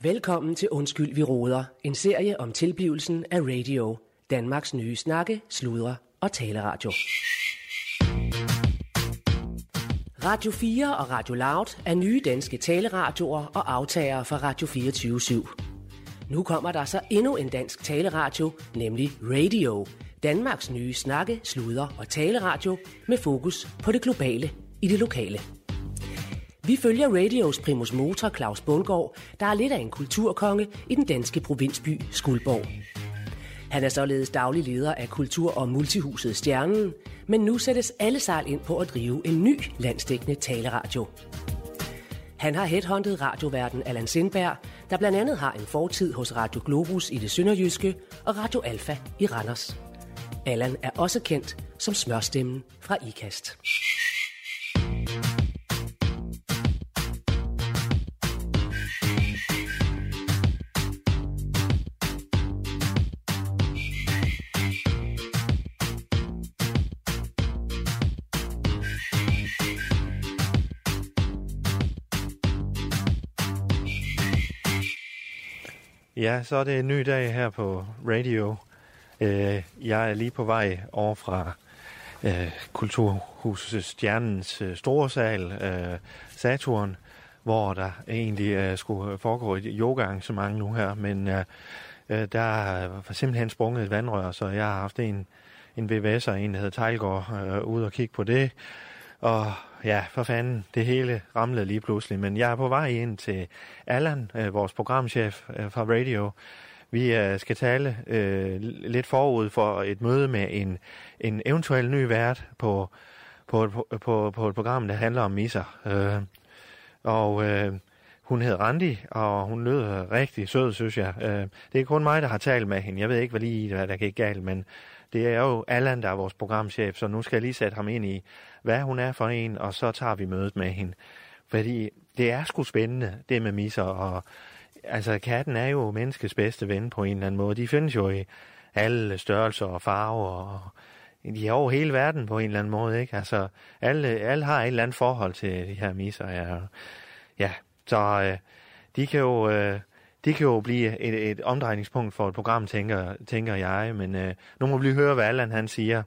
Velkommen til Undskyld, vi råder. En serie om tilblivelsen af radio. Danmarks nye snakke, sludre og taleradio. Radio 4 og Radio Loud er nye danske taleradioer og aftagere fra Radio 24 /7. Nu kommer der så endnu en dansk taleradio, nemlig Radio. Danmarks nye snakke, sludre og taleradio med fokus på det globale i det lokale. Vi følger Radios primus motor Claus Bundgaard, der er lidt af en kulturkonge i den danske provinsby Skuldborg. Han er således daglig leder af Kultur- og Multihuset Stjernen, men nu sættes alle sejl ind på at drive en ny landsdækkende taleradio. Han har headhunted radioverden Allan Sindberg, der blandt andet har en fortid hos Radio Globus i det sønderjyske og Radio Alfa i Randers. Allan er også kendt som smørstemmen fra IKAST. Ja, så er det en ny dag her på radio. Øh, Jeg er lige på vej over fra øh, Kulturhuset Stjernens øh, store sal, øh, Saturn, hvor der egentlig øh, skulle foregå et yoga-arrangement nu her, men øh, øh, der var simpelthen sprunget et vandrør, så jeg har haft en, en VVS'er, en der hedder Tejlgaard, øh, ude og kigge på det. Og ja, for fanden, det hele ramlede lige pludselig. Men jeg er på vej ind til Allan, øh, vores programchef øh, fra Radio. Vi øh, skal tale øh, lidt forud for et møde med en, en eventuel ny vært på, på, et- på, på, på et program, der handler om misser. Øh, og øh, hun hed Randi, og hun lød øh, rigtig sød, synes jeg. Øh, det er kun mig, der har talt med hende. Jeg ved ikke, hvad lige hvad der gik galt, men det er jo Allan, der er vores programchef, så nu skal jeg lige sætte ham ind i, hvad hun er for en, og så tager vi mødet med hende. Fordi det er sgu spændende, det med misser, og altså katten er jo menneskets bedste ven på en eller anden måde. De findes jo i alle størrelser og farver, og de er over hele verden på en eller anden måde, ikke? Altså, alle, alle har et eller andet forhold til de her misser, ja. Ja, så øh, de kan jo... Øh, de kan jo blive et, et omdrejningspunkt for et program, tænker, tænker jeg, men øh, nu må vi lige høre, hvad Allan han siger.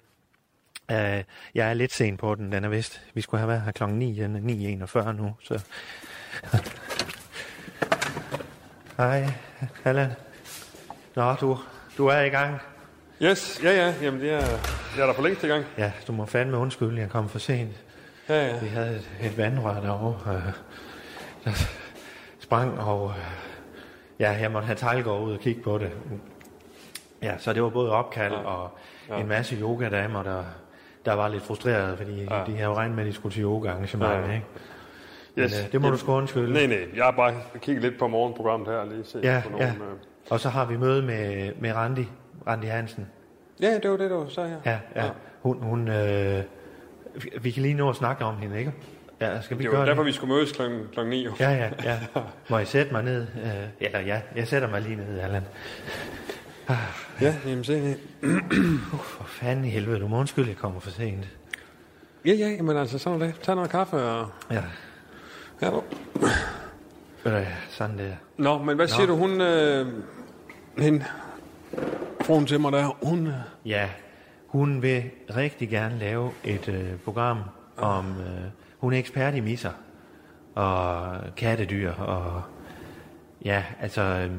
Øh, jeg er lidt sen på den, den er vist. Vi skulle have været her klokken 9, den er 9.41 nu, så... Hej, Allan. Nå, du, du er i gang. Yes, ja ja, jamen det er, jeg er der for længst i gang. Ja, du må fandme undskylde, jeg kom for sent. Ja ja. Vi havde et, et vandrør derovre, øh, der sprang, og øh, ja, jeg måtte have Tejlgaard ud og kigge på det. Ja, så det var både opkald ja. og ja. en masse yogadamer, der, der var lidt frustrerede, fordi ja. de havde jo regnet med, at de skulle til yoga-arrangement, Ja. ikke? Men, Yes. øh, det må du sgu undskylde. Nej nej, jeg har bare kigget lidt på morgenprogrammet her og lige set Ja, på ja. nogle... Øh... Og så har vi møde med, med Randi, Randi Hansen. Ja, det var det, du sagde her. Ja, ja. Hun, hun øh, vi- vi kan lige nå at snakke om hende, ikke? Ja, skal vi Det gøre var det? derfor, vi skulle mødes klokken klokken 9. Ja, ja, ja. Må jeg sætte mig ned? Øh, eller ja, jeg sætter mig lige ned, Allan. ja jamen se her. For fanden i helvede, du må undskylde, jeg kommer for sent. Ja ja, jamen altså sådan er det. Tag noget kaffe og... Ja, Ja, du. ved du, ja, sådan der. Nå, men hvad siger du, hun... Øh... Hende... Fruen til mig der, hun... øh, Ja, hun vil rigtig gerne lave et øh, program om... Øh, hun er ekspert i misser og kattedyr og... Ja, altså... Øh,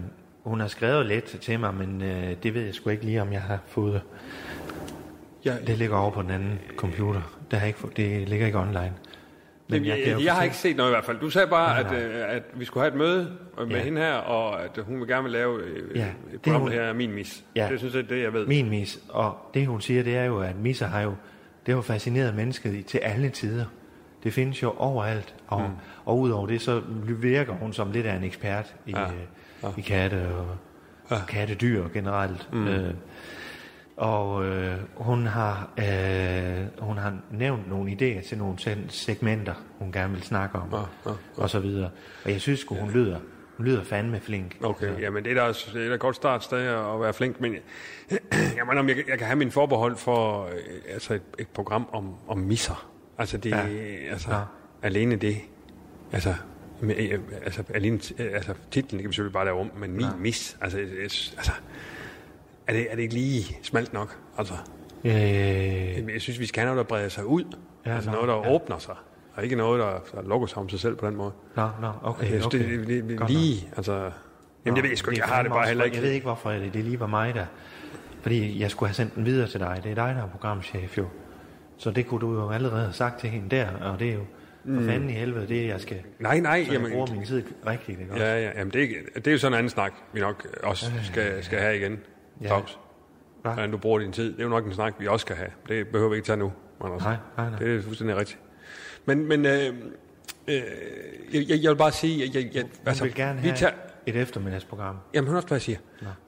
hun har skrevet lidt til mig, men øh, det ved jeg sgu ikke lige, om jeg har fået. Ja, Det ligger over på den anden computer. Det, har jeg ikke, fået- det ligger ikke online. Men jeg, kan jo jeg, jeg har fortælle- ikke set noget i hvert fald. Du sagde bare, Nej, at, øh, at vi skulle have et møde øh, med Ja. ja. hende her, og at hun vil gerne vil lave øh, Ja, ja, det er et program, hun. det her er min mis. Ja. Ja. Det synes jeg, det er det, jeg ved. Min mis. Og det, hun siger, det er jo, at misser har jo, det har jo fascineret mennesket i- til alle tider. Det findes jo overalt. Og, mm. og udover det, så virker hun som lidt af en ekspert i, ja. Ja. i katte og ja. kattedyr generelt. Mm. Øh, og øh, hun, har, øh, hun har nævnt nogle idéer til nogle sen- segmenter, hun gerne vil snakke om, ja, ja, ja. og så videre. Og jeg synes sgu, hun lyder, hun lyder fandme flink. Okay, ja. jamen det er da også- det er da et godt startsted at at være flink, men jeg, jamen, om jeg, kan- jeg kan have min forbehold for øh, altså et, et program om, om misser. Altså det, ja. altså ja. alene det, altså Men, øh, altså, alene, t- øh, altså, titlen kan vi selvfølgelig bare lave om, men min ja. mis, altså, øh, øh, altså er, det, er det ikke lige smalt nok? Altså, Øh, jeg synes, vi skal have noget, der breder sig ud. Ja, Ja, altså nå, noget, der ja. ja. åbner sig. Og ikke noget, der, der lukker sig om sig selv på den måde. nå, nå, Okay, okay, jeg synes, okay. okay. det, det, det, Godt lige, altså... Jamen, jeg ved sgu ikke, jeg er har det fandme bare også heller godt. Jeg ved ikke. ikke, hvorfor det, det lige var mig, der... Fordi jeg skulle have sendt den videre til dig. Det er dig, der er programchef jo. Så det kunne du jo allerede have sagt til hende der, og det er jo mm. for fanden i helvede, det er, jeg skal... Nej, nej, Så jeg bruger jamen, min tid rigtigt, ikke også? ja, ja, jamen det, er, ikke- det er jo sådan en anden snak, vi nok også skal, skal have igen, Ja. ja. Claus. Hva? Hvordan du bruger din tid, det er jo nok en snak, vi også skal have. Det behøver vi ikke tage nu, Anders. Nej, nej, nej. Det er fuldstændig rigtigt. Men, men øh, øh, jeg, jeg, jeg vil bare sige, at jeg, jeg, Altså, vil gerne vi have tager, et eftermiddagsprogram. Jamen, hør også, hvad jeg siger.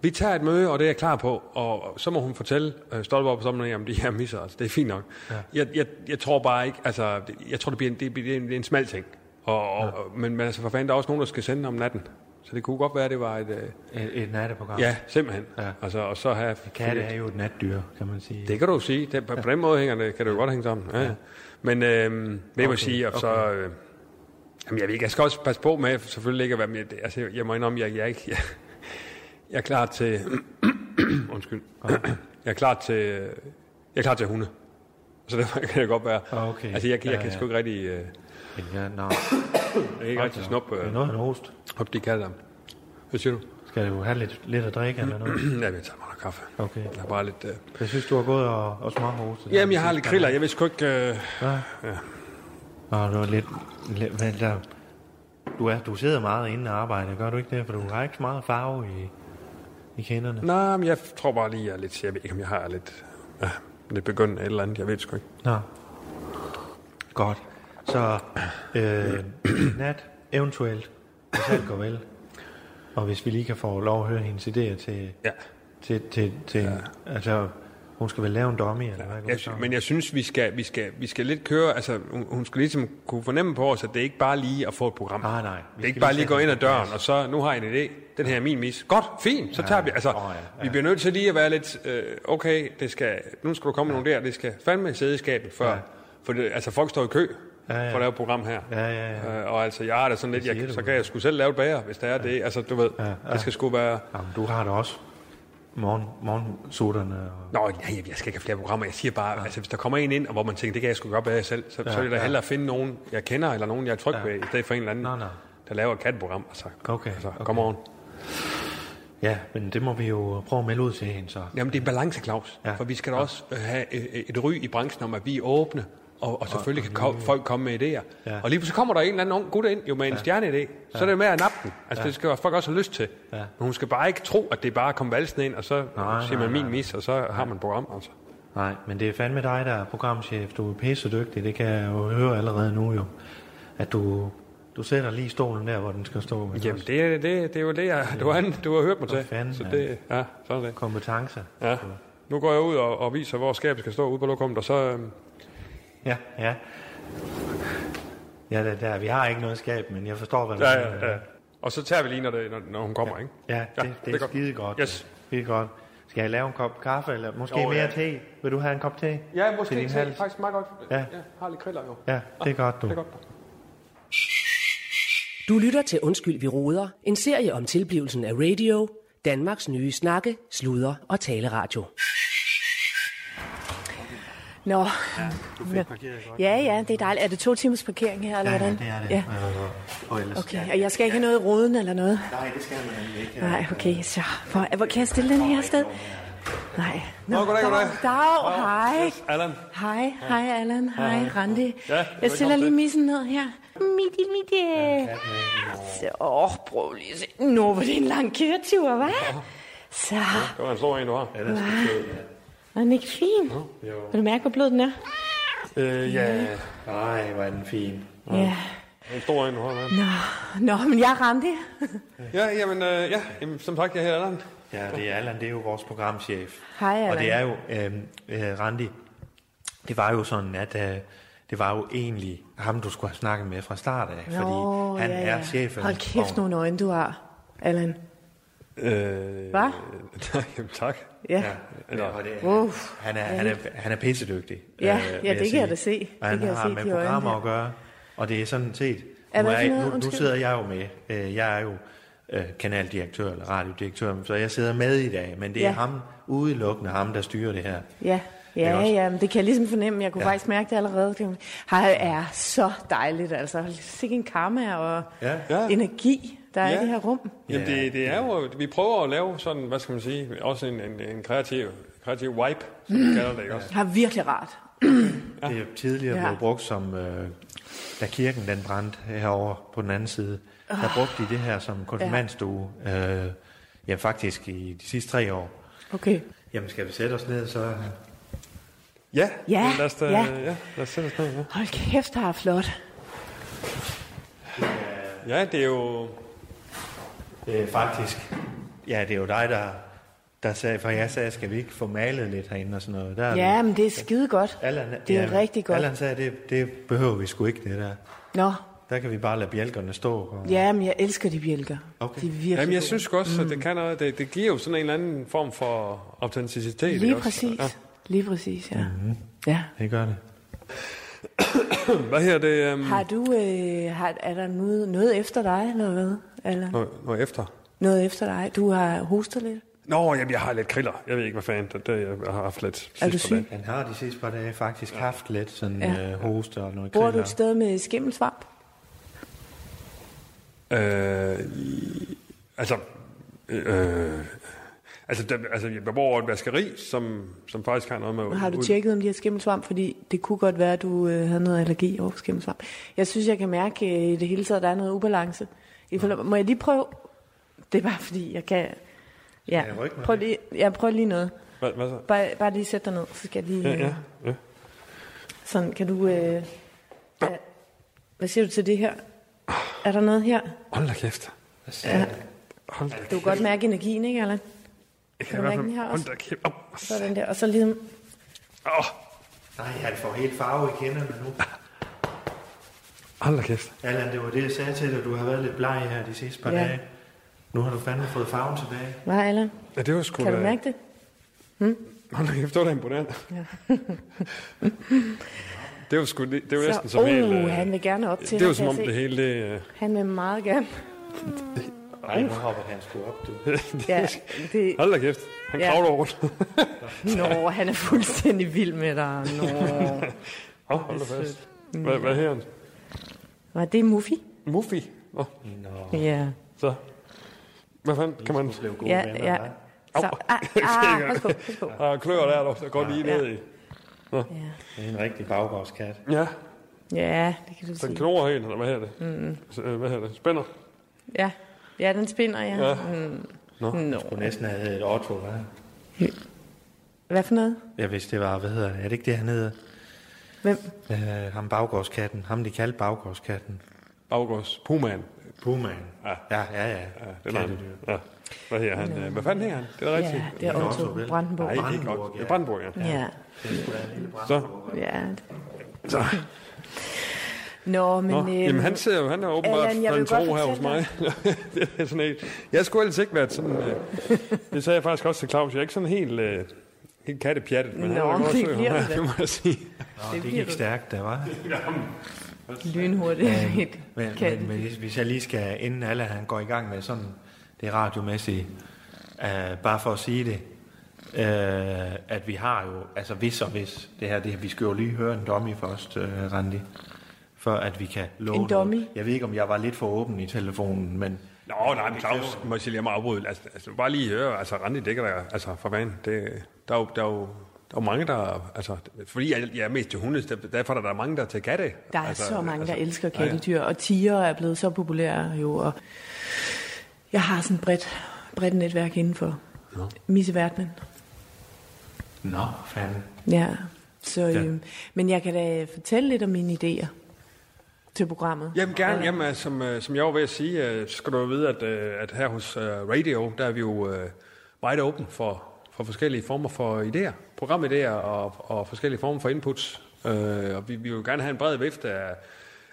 Vi tager et møde, og det er jeg klar på, og så må hun fortælle øh, Stolborg på sammen om de her misser. Altså, det er fint nok. Ja. Jeg, jeg, jeg, tror bare ikke, altså, det- jeg tror, det bliver en, det, bliver en, det er en smal ting. Og, og, og- men, men altså, for fanden, der er også nogen, der skal sende om natten. Så det kunne godt være, det var et... Øh, Et, et natteprogram. ja, simpelthen. Ja. Ja. Altså, og så have... Katte er jo et natdyr, kan man sige. Det kan du jo sige. Det, på, på den måde hænger det, kan det jo godt hænge sammen. Ja. ja. Men øh, det må Okay, jeg sige, og så... Øh, jamen, jeg, ved ikke, jeg skal også passe på med, selvfølgelig ikke at være med... Altså, jeg må indrømme, jeg, jeg, er ikke, jeg, jeg er klar til... undskyld. jeg er klar til... Jeg er klar til hunde. Så derfor kan det godt være... Ah, Okay. Altså, jeg, jeg, Ja, kan ja. sgu ikke rigtig... Øh, jeg Ja, nå. Altså, kan ikke rigtig snuppe, Det er øh, noget af en host. op de kalder dem. Hvad siger du? Skal du have lidt, lidt at drikke eller noget? ja, jeg tager mig noget kaffe. Okay. Jeg har bare lidt... Øh, Jeg synes, du har gået og, og småhostet. jamen, jeg har lidt kriller. Jeg ved sgu ikke... Øh, Ja. Nå, du er lidt... lidt hvad der, du, er, du sidder meget inde og arbejder, gør du ikke det? For du har ikke så meget farve i, i kenderne. Nej, men jeg tror bare lige, jeg er lidt... Jeg ved ikke, om jeg har lidt... Ja, lidt begyndt af et eller andet. Jeg ved det sgu ikke. Nå. Godt. Så øh, nat, eventuelt, hvis alt går vel. Og hvis vi lige kan få lov at høre hendes idéer til... Ja. til, til, til ja. Altså, hun skal vel lave en dummy, eller hvad? Jeg, sy- men jeg synes, vi skal, vi, skal, vi skal lidt køre... Altså, hun, hun skal ligesom kunne fornemme på os, at det er ikke bare lige at få et program. Ah, Nej, nej. Vi Det er skal ikke bare lige lige gå sætte ind ad den på plads. døren, og så, nu har jeg en idé. Den her er min mis. Godt, fint, så tager vi... Altså, Åh, ja, vi bliver nødt til lige at være lidt... Øh, okay, det skal, nu skal du komme med nogle der. Det skal fandme sidde i skabet før... Ja. For det, altså, folk står i kø ja, ja. ja. for at lave et program her. Ja, ja, ja. Øh, og altså, jeg er da sådan lidt... siger Jeg, du. så kan jeg sgu selv lave et bager, hvis der er det. Altså, du ved, ja, ja. ja. det skal sgu være... Jamen, du har da også morgen, morgensutterne. Og... Nå, nej, jeg skal ikke have flere programmer. Jeg siger bare, ja. altså hvis der kommer en ind, og hvor man tænker, det kan jeg sgu godt bedre selv, så, ja, så vil jeg da ja. hellere finde nogen, jeg kender, eller nogen, jeg er tryg ja. ved, i stedet for en eller anden, Nå, nå. der laver et katteprogram. Altså, Okay, altså okay. kom on. Ja, men det må vi jo prøve at melde ud til hende, så. Jamen, det er en balance, Claus. Ja. Ja. For vi skal da også øh, have øh, øh, et ry i branchen om, at vi er åbne, og, og selvfølgelig kan kom, folk komme med idéer. Ja. Ja. Og lige pludselig kommer der en eller anden ung gut ind jo med en ja. stjerneidé. Så er det med at nappe den. Altså, ja. det skal folk også have lyst til. Ja. Ja. Men hun skal bare ikke tro, at det er bare at komme valsen ind, og så Nej, nej, siger nej, man nej. min mis, og så har man et program. Altså. Nej, men det er fandme dig, der er programchef. Du er pisse dygtig, det kan jeg jo høre allerede nu jo. At du, du sætter lige stolen der, hvor den skal stå. ikke Jamen, også? det, er- det, det er jo det, jeg, du, har, du har hørt mig til. fanden, så det, ja, sådan er det. Kompetencer. Ja. Nu går jeg ud og, og viser, hvor skabet skal stå ude på lokummet, og så... øhm, Ja, ja. Ja, der, der, vi har ikke noget skab, men jeg forstår, hvad du Ja, mener. ja, ja. Og så tager vi lige, når, det, når, når hun kommer, ikke? Ja, det, det, det er godt. skide godt. Yes. Skide godt. Skal jeg lave en kop kaffe, eller måske Jo, mere ja. te? Vil du have en kop te? Ja, Til måske din det er hals? faktisk meget godt. Ja. Jeg har lidt kriller, jo. Ja, det er godt, du. Det er godt. Du lytter til Undskyld, vi roder, en serie om tilblivelsen af radio, Danmarks nye snakke, sludre og taleradio. Nå, Du fik parkeret godt. ja, ja, det er dejligt. Er det to timers parkering her, eller Ja, ja, hvordan? det er det. Ja, Øh, Og ellers, okay. Og jeg skal ikke have noget i roden eller noget? Nej, det skal man nemlig ikke. Nej, okay, så hvor, hvor kan jeg stille den her sted? Nej. Nå, goddag, goddag. Dag, dag, hej. Allan, Hej, hej Allan, hej Randi. Ja, jeg stiller velkommen lige til. missen ned her. Midi, midi. Så, åh, prøv lige at se. Nå, hvor det en lang køretur, hva'? Så, det var en stor en, du har. øh, var den ikke fin? Vil du mærke, hvor blød den er? Øh, ja. Nej, hvor er den fin. Ja. En stor en, du har. Ja, Nå, nå, men jeg er Randi. ja jamen, øh, ja, jamen, som sagt, jeg hedder Allan. Ja, det er Allan, det er jo vores programchef. Hej, Allan. Og det er jo, øh, øh, Randi, det var jo sådan, at øh, det var jo egentlig ham, du skulle have snakket med fra start af, fordi han ja, er ja. chefen. Hold kæft, Og- nogle øjne du har, Allan. Øh, Hva? Nej, jamen, tak. Ja. Ja, Eller- og det, Uff. han, er, han, er, han er pissedygtig. Ja, ja, vil det kan sige. jeg da se. Det Og han kan jeg har se, med de øjne programmer der. at gøre, og det er sådan set, Ja, nu, hvad er, for I- noget? nu, nu Undskyld. sidder jeg jo med. Øh, Jeg er jo øh, kanaldirektør eller radiodirektør, så jeg sidder med i dag, men det er Ja. ham, udelukkende ham, der styrer det her. Ja, Ikke ja, også? ja, men det kan jeg ligesom fornemme. Jeg kunne Ja. ja. faktisk mærke det allerede. Det her er så dejligt, altså. Sikke en karma og Ja. ja. Ja. Ja. energi, der er Ja. i det her rum. Jamen, Ja. det, det er jo, vi prøver at lave sådan, hvad skal man sige, også en, en, en kreativ, kreativ wipe, som Mm. vi kalder det, ikke også? Har virkelig rart. Ja. Det er tidligere ja. Ja. blevet brugt som, øh, da kirken den brændte herover på den anden side, Ah. der brugte de det her som konfirmandstue, ja. øh, ja faktisk i de sidste tre år. Okay. Jamen skal vi sætte os ned, så... Ja, Ja, lad os, da, ja. ja. ja lad os sætte os ned. Hold kæft, der er flot. Ja. ja, det er jo... Øh, faktisk. Ja, det er jo dig, der, der sagde, for jeg sagde, skal vi ikke få malet lidt herinde og sådan noget. Der er vi- Ja, men det er skide godt. Allan, Det er rigtig godt. Allan sagde, det, det behøver vi sgu ikke, det der. Nå, Der kan vi bare lade bjælkerne stå. Og... ja, men jeg elsker de bjælker. Okay. De er virkelig Jamen, jeg gode. synes sgu også, Mm. at det kan noget. Det, det giver jo sådan en eller anden form for autenticitet. ikke Lige også? præcis. Ja. Mhm. Lige præcis, ja. Mm-hmm. ja. Det gør det. Hvad her det? Um, Har du, øh, har, er der noget, noget efter dig, eller hvad? Eller noget, noget efter? noget efter dig? Du har hostet lidt. Nå, jamen, jeg har lidt kriller. Jeg ved ikke, hvad fanden. Det, det, jeg har haft lidt sidst Er du på syg? dagen. Han har de sidste par dage faktisk ja. haft lidt sådan ja. Ja. øh, hoste og noget Bor du kriller. et sted med skimmelsvamp? Øh, i- altså, øh, altså, der, altså, jeg bor over et vaskeri, som, som faktisk har noget med... Har du ud- tjekket, om de har skimmelsvamp? Fordi det kunne godt være, at du øh, havde noget allergi over skimmelsvamp. Jeg synes, jeg kan mærke øh, i det hele taget, at der er noget ubalance. I forhold... Må jeg lige prøve? Det er bare fordi, jeg kan... Ja, jeg rykke mig? prøv lige, jeg prøver lige noget. Hvad, hvad så? Bare, bare lige sæt dig ned, så skal jeg lige... Ja, øh, ja, ja. Sådan, kan du... Øh, ja. Hvad siger du til det her? Er der noget her? Hold da kæft. Altså, Ja. Hold da kæft. Du kan godt mærke energien, ikke, Allan? Jeg du i hvert mærke den fald- her Hold også? da kæft. Åh, Så den der, og så ligesom... åh, Nej, han får helt farve i kinderne nu. hold da kæft. Allan, det var det, jeg sagde til dig. Du har været lidt bleg her de sidste par ja. Ja. dage. Nu har du fandme fået farven tilbage. Hvad, Allan? Ja, det var sgu Kan da- du mærke det? Hold da kæft, det var da imponerende. Ja. det var sgu, det, det var næsten som uh, helt... øh, han vil gerne op til Det var dig, som kan om jeg det se. hele, det... øh, Han vil meget gerne. Nej, nu hopper han sgu op, du. Ja, det, Hold da kæft, han Ja. kravler rundt. Nå, han er fuldstændig vild med dig. Nå. Åh, hold da fast. Mm. Hvad, hvad her? Var det Muffy? Muffy? Nå, Nå, Ja. så... Hvad fanden kan man... du blev gode Ja, venner, ja. hva'? Så, ah, ah, pas på, pas på. Der er klør der, der så går lige Ja. ned i. Ja. Det er en rigtig baggårdskat. Ja, ja, det kan du den sige. knurrer helt, eller hvad her det? Mm. Så, øh, hvad her det? Spænder? Ja, ja den spinder, ja. Ja. Mm. Nå. Nå. Du næsten havde heddet Otto, hva'? Hvad for noget? Ja, hvis det var, hvad hedder det? Er det ikke det, han hedder? Hvem? Øh, ham baggårdskatten. Ham, de kaldte baggårdskatten. Baggårds. Pumaen. Pumaen. Ja. Ja, ja, ja. Ja, det er Kattedyr. han. Ja. Hvad her han? øh, Hvad fanden her han? Det er da rigtigt. Ja, det er Det er også Otto vel. Brandenborg. Nej, ikke Brandenburg, nok. ja. Ja. Brandenburg, ja. Ja, Så, ja. så. Nå, men... Nå, øhm, jamen, han sidder jo, han er åbenbart Allan, jeg Allan, en vil godt tro her hos fortælle mig. det er sådan helt, jeg skulle ellers ikke været sådan, øh, det sagde jeg faktisk også til Claus, jeg er ikke sådan helt, øh, helt kattepjattet, men Nå, han er da godt det sød, bliver ham her, du da. det må jeg sige. Nå, Det det bliver gik du. stærkt, der var. lynhurtigt. Men, men, men hvis- hvis jeg lige skal, inden alle han går i gang med sådan det radiomæssige, øh, bare for at sige det, øh, at vi har jo, altså hvis og hvis, det her, det her vi skal jo lige høre en dummy først, øh, Randi, for at vi kan love En noget. dummy? Jeg ved ikke, om jeg var lidt for åben i telefonen, men Nå, nej, men Claus, må jeg sige, jeg må afbryde. Altså, altså, bare lige høre, altså Randi dækker der, altså for vand. Det, der, er jo, der, er jo, der er jo mange, der... Altså, fordi jeg, jeg er mest til hunde, der- derfor er der mange, der er til katte. Der er altså, så mange, der elsker ja, ja. kattedyr, og tiger er blevet så populære jo, og jeg har sådan et bredt, bredt netværk inden for Nå. misseverdenen. nå, fanden. Ja, så, Ja. ja. Øhm, men jeg kan da fortælle lidt om mine idéer til programmet. Jamen gerne, jamen, altså, som, øh, som jeg var ved at sige, øh, så skal du jo vide, at, øh, at her hos øh, Radio, der er vi jo øh, meget åbne for, for forskellige former for idéer, programidéer og, og forskellige former for inputs. Øh, og vi, vi vil jo gerne have en bred vift af,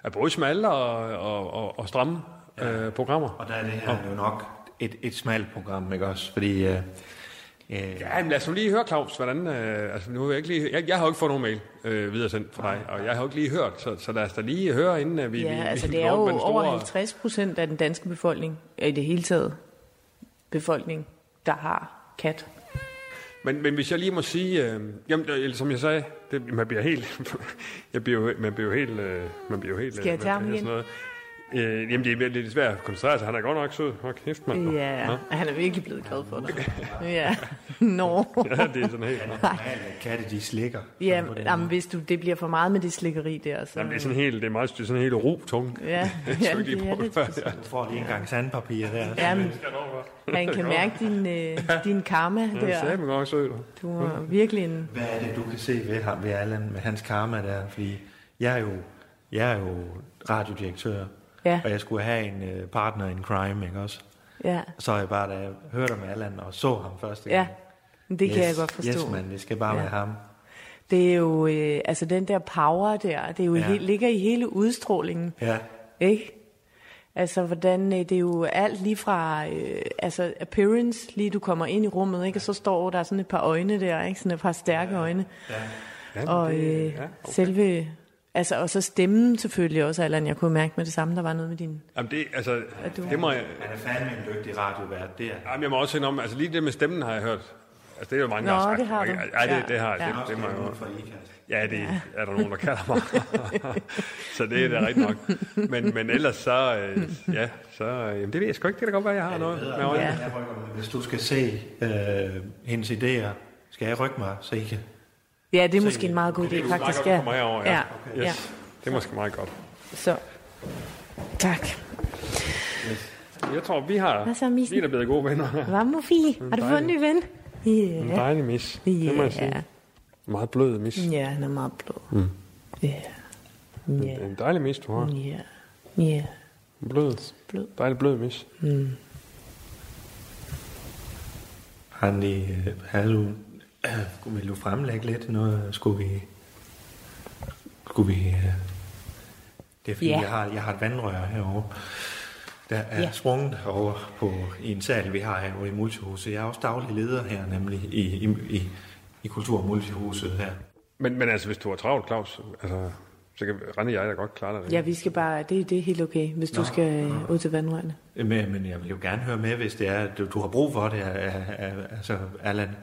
af både smalle og, og, og, og stramme øh, programmer. Og der er det her jo nok et, et smalt program, ikke også? Fordi øh, Øh, Ja, men lad os nu lige høre, Claus, hvordan... Øh, altså, nu har jeg, ikke lige, jeg, jeg har jo ikke fået nogen mail øh, videre sendt fra dig, og jeg har jo ikke lige hørt, så, så lad os da lige høre, inden at vi... ja, vi, altså vi det går er rundt med jo den over store- 50 procent af den danske befolkning, ja, i det hele taget befolkning, der har kat. Men, men hvis jeg lige må sige, øh, jamen, øh, eller som jeg sagde, det, man bliver helt, jeg bliver, jo- man bliver jo helt, øh, man bliver jo helt. Skal jeg øh, tage ham hvad igen? hedder sådan noget. Øh, jamen, det er lidt svært at koncentrere sig. Han er godt nok sød. Hold kæft, mand. Ja, Nå. han er virkelig blevet glad for dig. Ja, nå. Ja, det er sådan helt... Nå. alle katte, de slikker. Ja, Sådan på den jamen, hvis du, det bliver for meget med det slikkeri der, så... Jamen, det er sådan helt, det er meget, det er sådan helt ro tunge. Ja, jeg ja, ikke lige det er prøve lidt før. specielt. måde. Du får lige en gang sandpapir der. Jamen, man kan mærke din, øh, din karma Ja, sagde der. man godt sød. Du er virkelig en... Hvad er det, du kan se ved ham, ved Allan, med hans karma der? Fordi jeg er jo, jeg er jo radiodirektør, Ja. og jeg skulle have en øh, partner in crime, ikke også? Ja, Så er jeg bare, da jeg hørte om Allan og så ham første ja. gang. Men Det kan yes, jeg godt forstå. Yes, man, det skal bare Ja. ja. være ham. Det er jo... Øh, altså, den der power der, det er jo ja. Ja. helt, ligger i hele udstrålingen. Ja. Ikke? Altså, hvordan, øh, det er jo alt lige fra øh, altså appearance, lige du kommer ind i rummet, ikke? og så står der sådan et par øjne der, ikke? sådan et par stærke ja. øjne. Ja, Og øh, ja, okay. selve, altså, og så stemmen selvfølgelig også, Allan, jeg kunne mærke med det samme, der var noget med din... Jamen, det, altså, du- det må jeg... Han er fandme en dygtig radiovært, det er Jamen, jeg må også indrømme, altså lige det med stemmen har jeg hørt. Altså, det er jo mange, Nå, der har sagt. det har du. Ja, det, det har jeg. Ja. Ja. Det, det må jeg jo. for ikast. Ja, det ja. er der nogen, der kalder mig. så det er da rigtigt nok. Men, men ellers så, øh, ja, så, øh, jamen, det ved jeg sgu ikke. Det kan da godt være, jeg har noget med øjnene. Ja. Ja. Hvis du skal se øh, hendes idéer, skal jeg rykke mig, så I kan... Ja, det er måske en meget god idé, faktisk. Ja. kommer herover, ja. ja. Okay. ja. Yes. Det er måske meget godt. Så. Tak. Jeg tror, vi har, Hvad så, missen? vi er da blevet gode venner. her. Hvad, Mofi? Har du fået en ny ven? En Ja. dejlig mis. Det må jeg Ja. sige. Mm. Meget blød mis. Ja, han er meget blød. Ja. Ja. En dejlig mis, du har. Ja. Ja. Blød. Blød. Dejlig blød mis. Han lige... Øh, havde du... Øh, vil du fremlægge lidt noget? Skulle vi... Skulle vi... Øh, det er fordi, Ja. yeah. jeg, har, jeg har et vandrør herovre. Der er Ja. yeah. sprunget over på i en sal, vi har herovre i Multihuset. Jeg er også daglig leder her, nemlig i, i, i, i Kultur- og Multihuset her. Men, men altså, hvis du har travlt, Claus, altså, så kan Rande og jeg da godt klare dig. Ja, vi skal bare, det, det er helt okay, hvis du skal øh, ud til vandrørene. Men, men jeg vil jo gerne høre med, hvis det er, du, du har brug for det, øh, øh, øh, altså Allan.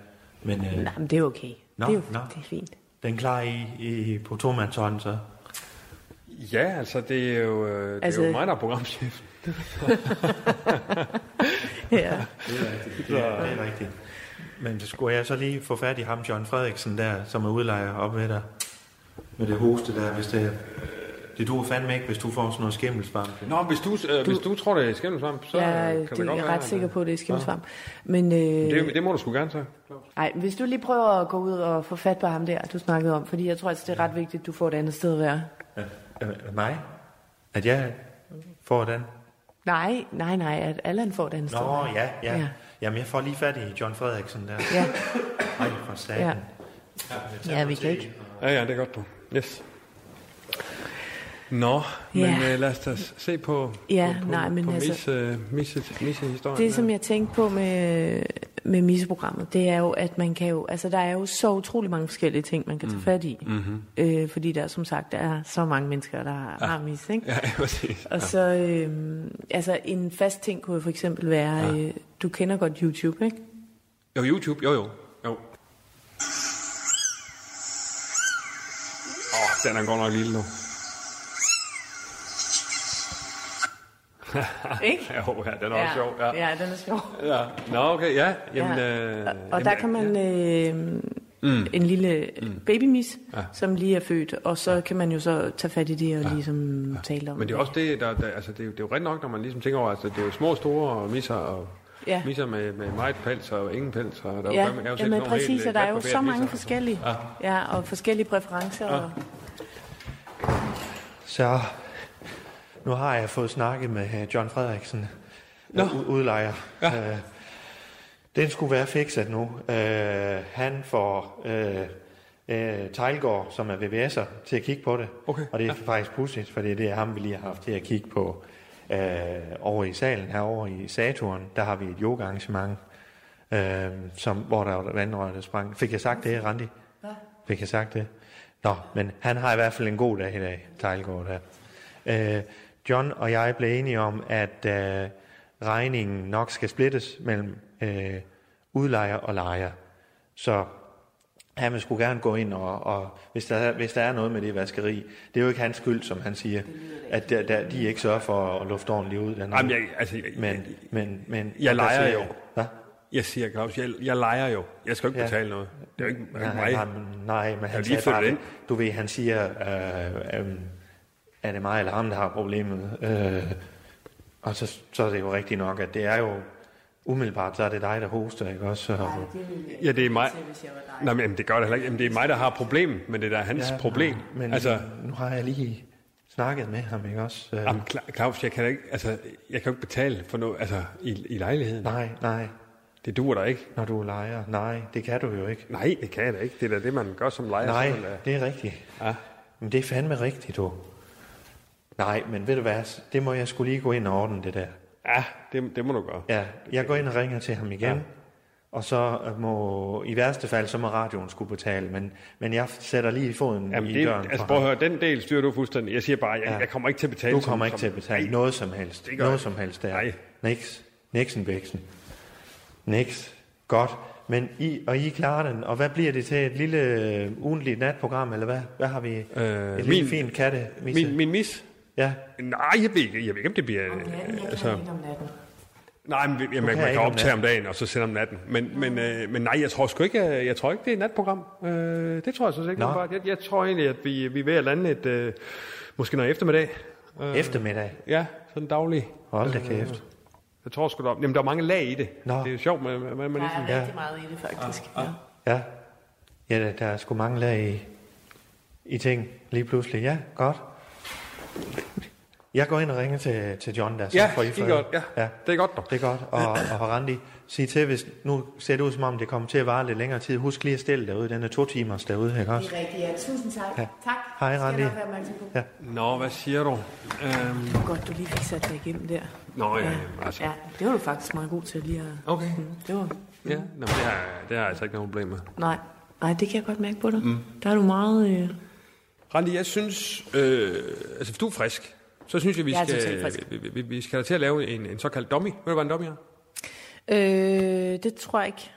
Men øh, Nej, men det er okay. Nå, det, er jo, nå. det er fint. den klarer I, I på to så? Ja, altså, det er jo, øh, det Altså- er jo mig, der er programchef. Ja. Det er rigtigt. Det er, det er rigtigt. Men skulle jeg så lige få fat i ham, John Frederiksen, der, som er udlejer op ved dig? Med det hoste der, hvis det Det duer fandme ikke, hvis du får sådan noget skimmelsvamp. Nå, hvis du, øh, hvis du tror, det er skimmelsvamp, så Jeg, øh, det, kan jeg det godt er være, ret sikker at- på, at det er skimmelsvamp. Men øh, Det, det må du sgu gerne så. ej, hvis du lige prøver at gå ud og få fat på ham der, du snakkede om, fordi jeg tror, altså, det er ret vigtigt, at du får et andet sted at være. Øh, øh, mig? At jeg får den? Nej, nej, nej, at Allan får et andet sted. Nå, ja, ja. Ja. ja. Jamen, jeg får lige fat i John Frederiksen der. Ja, Ej, for satan. Ja. Ja. ja vi kan ikke. Ja, ja, det er godt, du. Yes. Nå, men Ja. øh, lad os da s- se på, Ja, på, på, nej, men på altså- mis, øh, misse, misse historien. Det, som jeg tænkte på med, med misprogrammet, det er jo, at man kan jo, altså der er jo så utrolig mange forskellige ting, man kan tage fat i. Mm-hmm. Øh, fordi der som sagt der er så mange mennesker, der har, ja. har mis, ikke? Ja, ja, præcis. Og så, øh, altså en fast ting kunne jo for eksempel være, ja. øh, du kender godt YouTube, ikke? Jo, YouTube, jo, jo. jo. Åh, oh, den er godt nok lille nu. ikke? Jo, ja, den er også sjov. Ja. ja, den er sjov. ja. Nå, okay, ja. Jamen, ja. øh, og, og jamen, der kan man øh, mm. en lille babymis, ja. som lige er født, og så kan man jo så tage fat i det og ligesom ja. tale om Men det er også det, der, der altså det, er jo- det er jo ret nok, når man ligesom tænker over, altså det er jo små, store misser og Ja. ja. misser med, med meget pels og ingen pels. Og der er Ja, jo, fandme- jeg har jo set jamen nogle helt, præcis, øh, og der er jo glatbarberede så mange misser. forskellige. Ja. ja, og forskellige præferencer. Ja. Og, Så nu har jeg fået snakket med øh, John Frederiksen, Nå. udlejer. Ja. Øh, den skulle være fikset nu. Øh, han får øh, øh, Tejlgaard, som er VVS'er, til at kigge på det. Okay, Og det er ja. faktisk pudsigt, for det er ham, vi lige har haft til at kigge på øh, over i salen herovre i Saturn. Der har vi et yogaarrangement øh, som, hvor der var vandrør, der sprang. Fik jeg sagt det, Randi? Hvad? Fik jeg sagt det? Nå, men han har i hvert fald en god dag i dag, Tejlgaard der. Øh, John og jeg blev enige om, at øh, regningen nok skal splittes mellem øh, udlejer og lejer. Så han vil sgu gerne gå ind, og, og hvis, der, er- hvis der er noget med det vaskeri, det er jo ikke hans skyld, som han siger, at der, der, de ikke sørger for at lufte ordentligt ud. dernede. Jamen, jeg, altså, jeg, men, men, men, Jeg lejer der siger jo. jeg- Hvad? jeg siger, Claus, jeg, jeg leger jo. Jeg skal jo ikke Ja. ja. betale noget. Det er jo ikke, det er jo ikke Nej, mig. nej, men- nej, men han lige sagde flyttet bare, ind. det. du ved, han siger, øh, øh, er det mig eller ham, der har problemet? Øh, og så, så er det jo rigtigt nok, at det er jo umiddelbart, så er det dig, der hoster, ikke også? Så, Ja, det er mig. Nej, men jamen, det gør det heller ikke. Jamen, det er mig, der har problemet, men det er da hans ja, problem. Men altså, altså, nu har jeg lige snakket med ham, ikke også? Øh, jamen, Cla- Claus, jeg kan da ikke, altså, jeg kan jo ikke betale for noget, altså, i, i lejligheden. nej, nej, Det duer da ikke. når du lejer, nej, det kan du jo ikke. Nej, det kan jeg da ikke. Det er da det, man gør som lejer. Nej, Så er det da- det er rigtigt. Ja. Men det er fandme rigtigt, du. Nej, men ved du hvad, det må jeg skulle lige gå ind og ordne det der. Ja, det, det må du gøre. Ja, jeg går ind og ringer til ham igen. Ja. Ja. Og så øh, må, i værste fald, så må radioen skulle betale, men, men jeg sætter lige foden Jamen, i det, døren altså, for prøv at ham. høre, den del styrer du fuldstændig. Jeg siger bare, jeg, Ja. ja. jeg kommer ikke til at betale. Du som- kommer ikke som- til at betale Nej, noget som helst. det gør Noget jeg. som helst der. Nej. Niks. Niksen Bæksen. Niks. Godt. Men I, og I klarer den, og hvad bliver det til? Et lille øh, ugentligt natprogram, eller hvad? Hvad har vi? Øh, et lille min- fint katte. Misse? Min, min mis? Ja. Nej, jeg ved ikke, jeg ved ikke om det bliver... Ja, altså, altså, om natten. nej, men, jamen, man, ikke man kan om optage om dagen, og så sende om natten. Men, men, øh, men nej, jeg tror sgu ikke, øh, jeg tror ikke, det er et natprogram. Øh, det tror jeg så ikke. Nå. umiddelbart. Jeg, jeg tror egentlig, at vi, vi er ved at lande et... Øh, måske noget eftermiddag. Øh, Eftermiddag. Ja, sådan daglig. Hold da kæft. Jeg tror sgu da... Jamen, der er mange lag i det. Nå. Det er jo sjovt, man, man, man Der ligesom... er Ja. rigtig meget i det, faktisk. Ja. Ja. Ja, der, der er sgu mange lag i, i ting lige pludselig. Ja, godt. Jeg går ind og ringer til, til John der. så Ja, får I det er fred. godt. Ja, ja, det er godt dog. det er godt. Og, og Randi, sig til, hvis nu ser det ud som om, det kommer til at vare lidt længere tid. Husk lige at stille derude. Den er to timers derude, ikke Det også? er rigtigt, ja. Tusind tak. Ja. Tak. Hej, Det skal jeg Randi. nok være opmærksom på. Ja. Nå, hvad siger du? Øhm, Godt, du lige fik sat dig igennem der. nå, ja, altså... Ja, det var du faktisk meget god til lige at... Okay. Mm, Det var... Ja, Nå, men det, har, det har jeg altså ikke nogen problem med. Nej, nej, det kan jeg godt mærke på dig. Mm. Der er du meget... Øh... Randi, jeg synes, øh, altså hvis du er frisk, så synes jeg, vi Jeg er skal, totalt frisk. vi, vi, vi skal da til at lave en, en såkaldt dummy. Ved du, hvad en dummy er? Øh, det tror jeg ikke.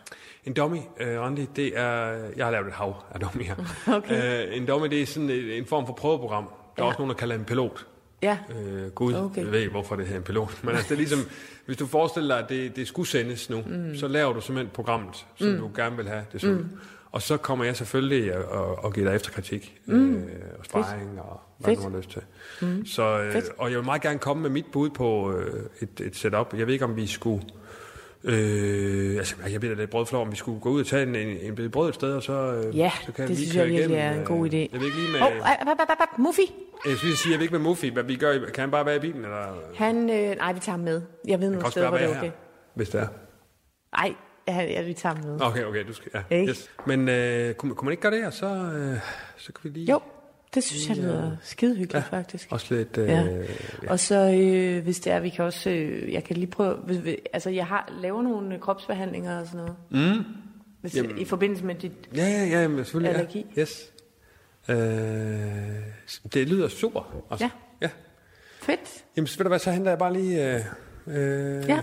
En dummy, øh, Randi, det er... Jeg har lavet et hav af dummyer. Okay. Øh, en dummy, det er sådan en, en form for prøveprogram. Der er Ja. også nogen, der kalder en pilot. Ja, Øh, Gud, Okay. okay. jeg ved ikke, hvorfor det hedder en pilot. Men altså, det er ligesom, hvis du forestiller dig, at det, det skulle sendes nu, mm. så laver du simpelthen programmet, som mm. du gerne vil have det så. Mm. Og så kommer jeg selvfølgelig og, og, og giver dig efterkritik mm. øh, og sparring og hvad Fedt. du har lyst til. Mm. Så, øh, og jeg vil meget gerne komme med mit bud på øh, et, et setup. Jeg ved ikke, om vi skulle... Øh, altså, jeg ved da, det er brødflor, om vi skulle gå ud og tage en, en, en bid brød et sted, og så, øh, Ja, så kan det vi lige synes køre jeg virkelig igennem, er en øh, god idé. Jeg ved ikke lige med... Åh, oh, ap, ap, ap, ap, Muffy, Jeg skulle lige sige, jeg ved ikke med Muffy, hvad vi gør. i- Kan han bare være i bilen, eller? han... Øh, nej, vi tager ham med. Jeg ved nogle også steder, bare hvor det være er okay. her, hvis det er. Nej, ja, ja, vi tager ham med. Okay, okay, du skal, ja. Ikke? Yes. Men øh, kunne, man- kunne man ikke gøre det her, så, øh, så kan vi lige... Jo, det synes jeg lyder skide hyggeligt, ja. faktisk. øh, Også lidt... Øh, Ja. ja. Og så øh, hvis det er, vi kan også, øh, jeg kan lige prøve, hvis, vi- altså jeg har laver nogle øh, kropsbehandlinger og sådan noget. Mm. Hvis, I forbindelse med dit, Ja, ja, ja, men selvfølgelig. Allergi. Ja. Yes. Øh, det lyder super. Altså. Ja. ja. fedt, Jamen, så ved du hvad, så henter jeg bare lige... Øh, øh, Ja.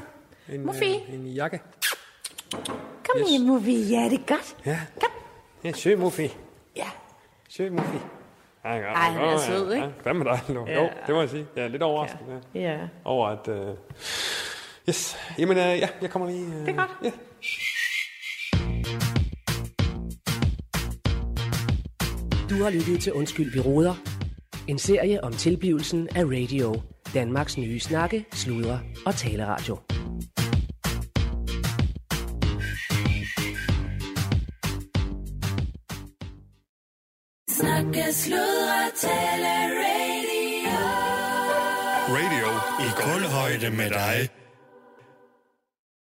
En, Muffy. øh, en jakke. Kom Yes. yes. her, Movie. Ja, det er godt. Ja. Kom. Ja, søg Muffy. Ja. Søg Muffy. Ej, ja, Ej, han er ja, sød, ja. ikke? Ja, Hvad med dig, Lo? Ja. Jo, det må jeg sige. Jeg er lidt overrasket. Ja. ja. over at... Øh, yes, jamen øh, ja, jeg kommer lige... Øh, det er godt. Ja. Du har lyttet til Undskyld, vi råder. En serie om tilblivelsen af radio. Danmarks nye snakke, sludre og taleradio. Snakke, sludre, tale, radio. Radio i kulhøjde med dig.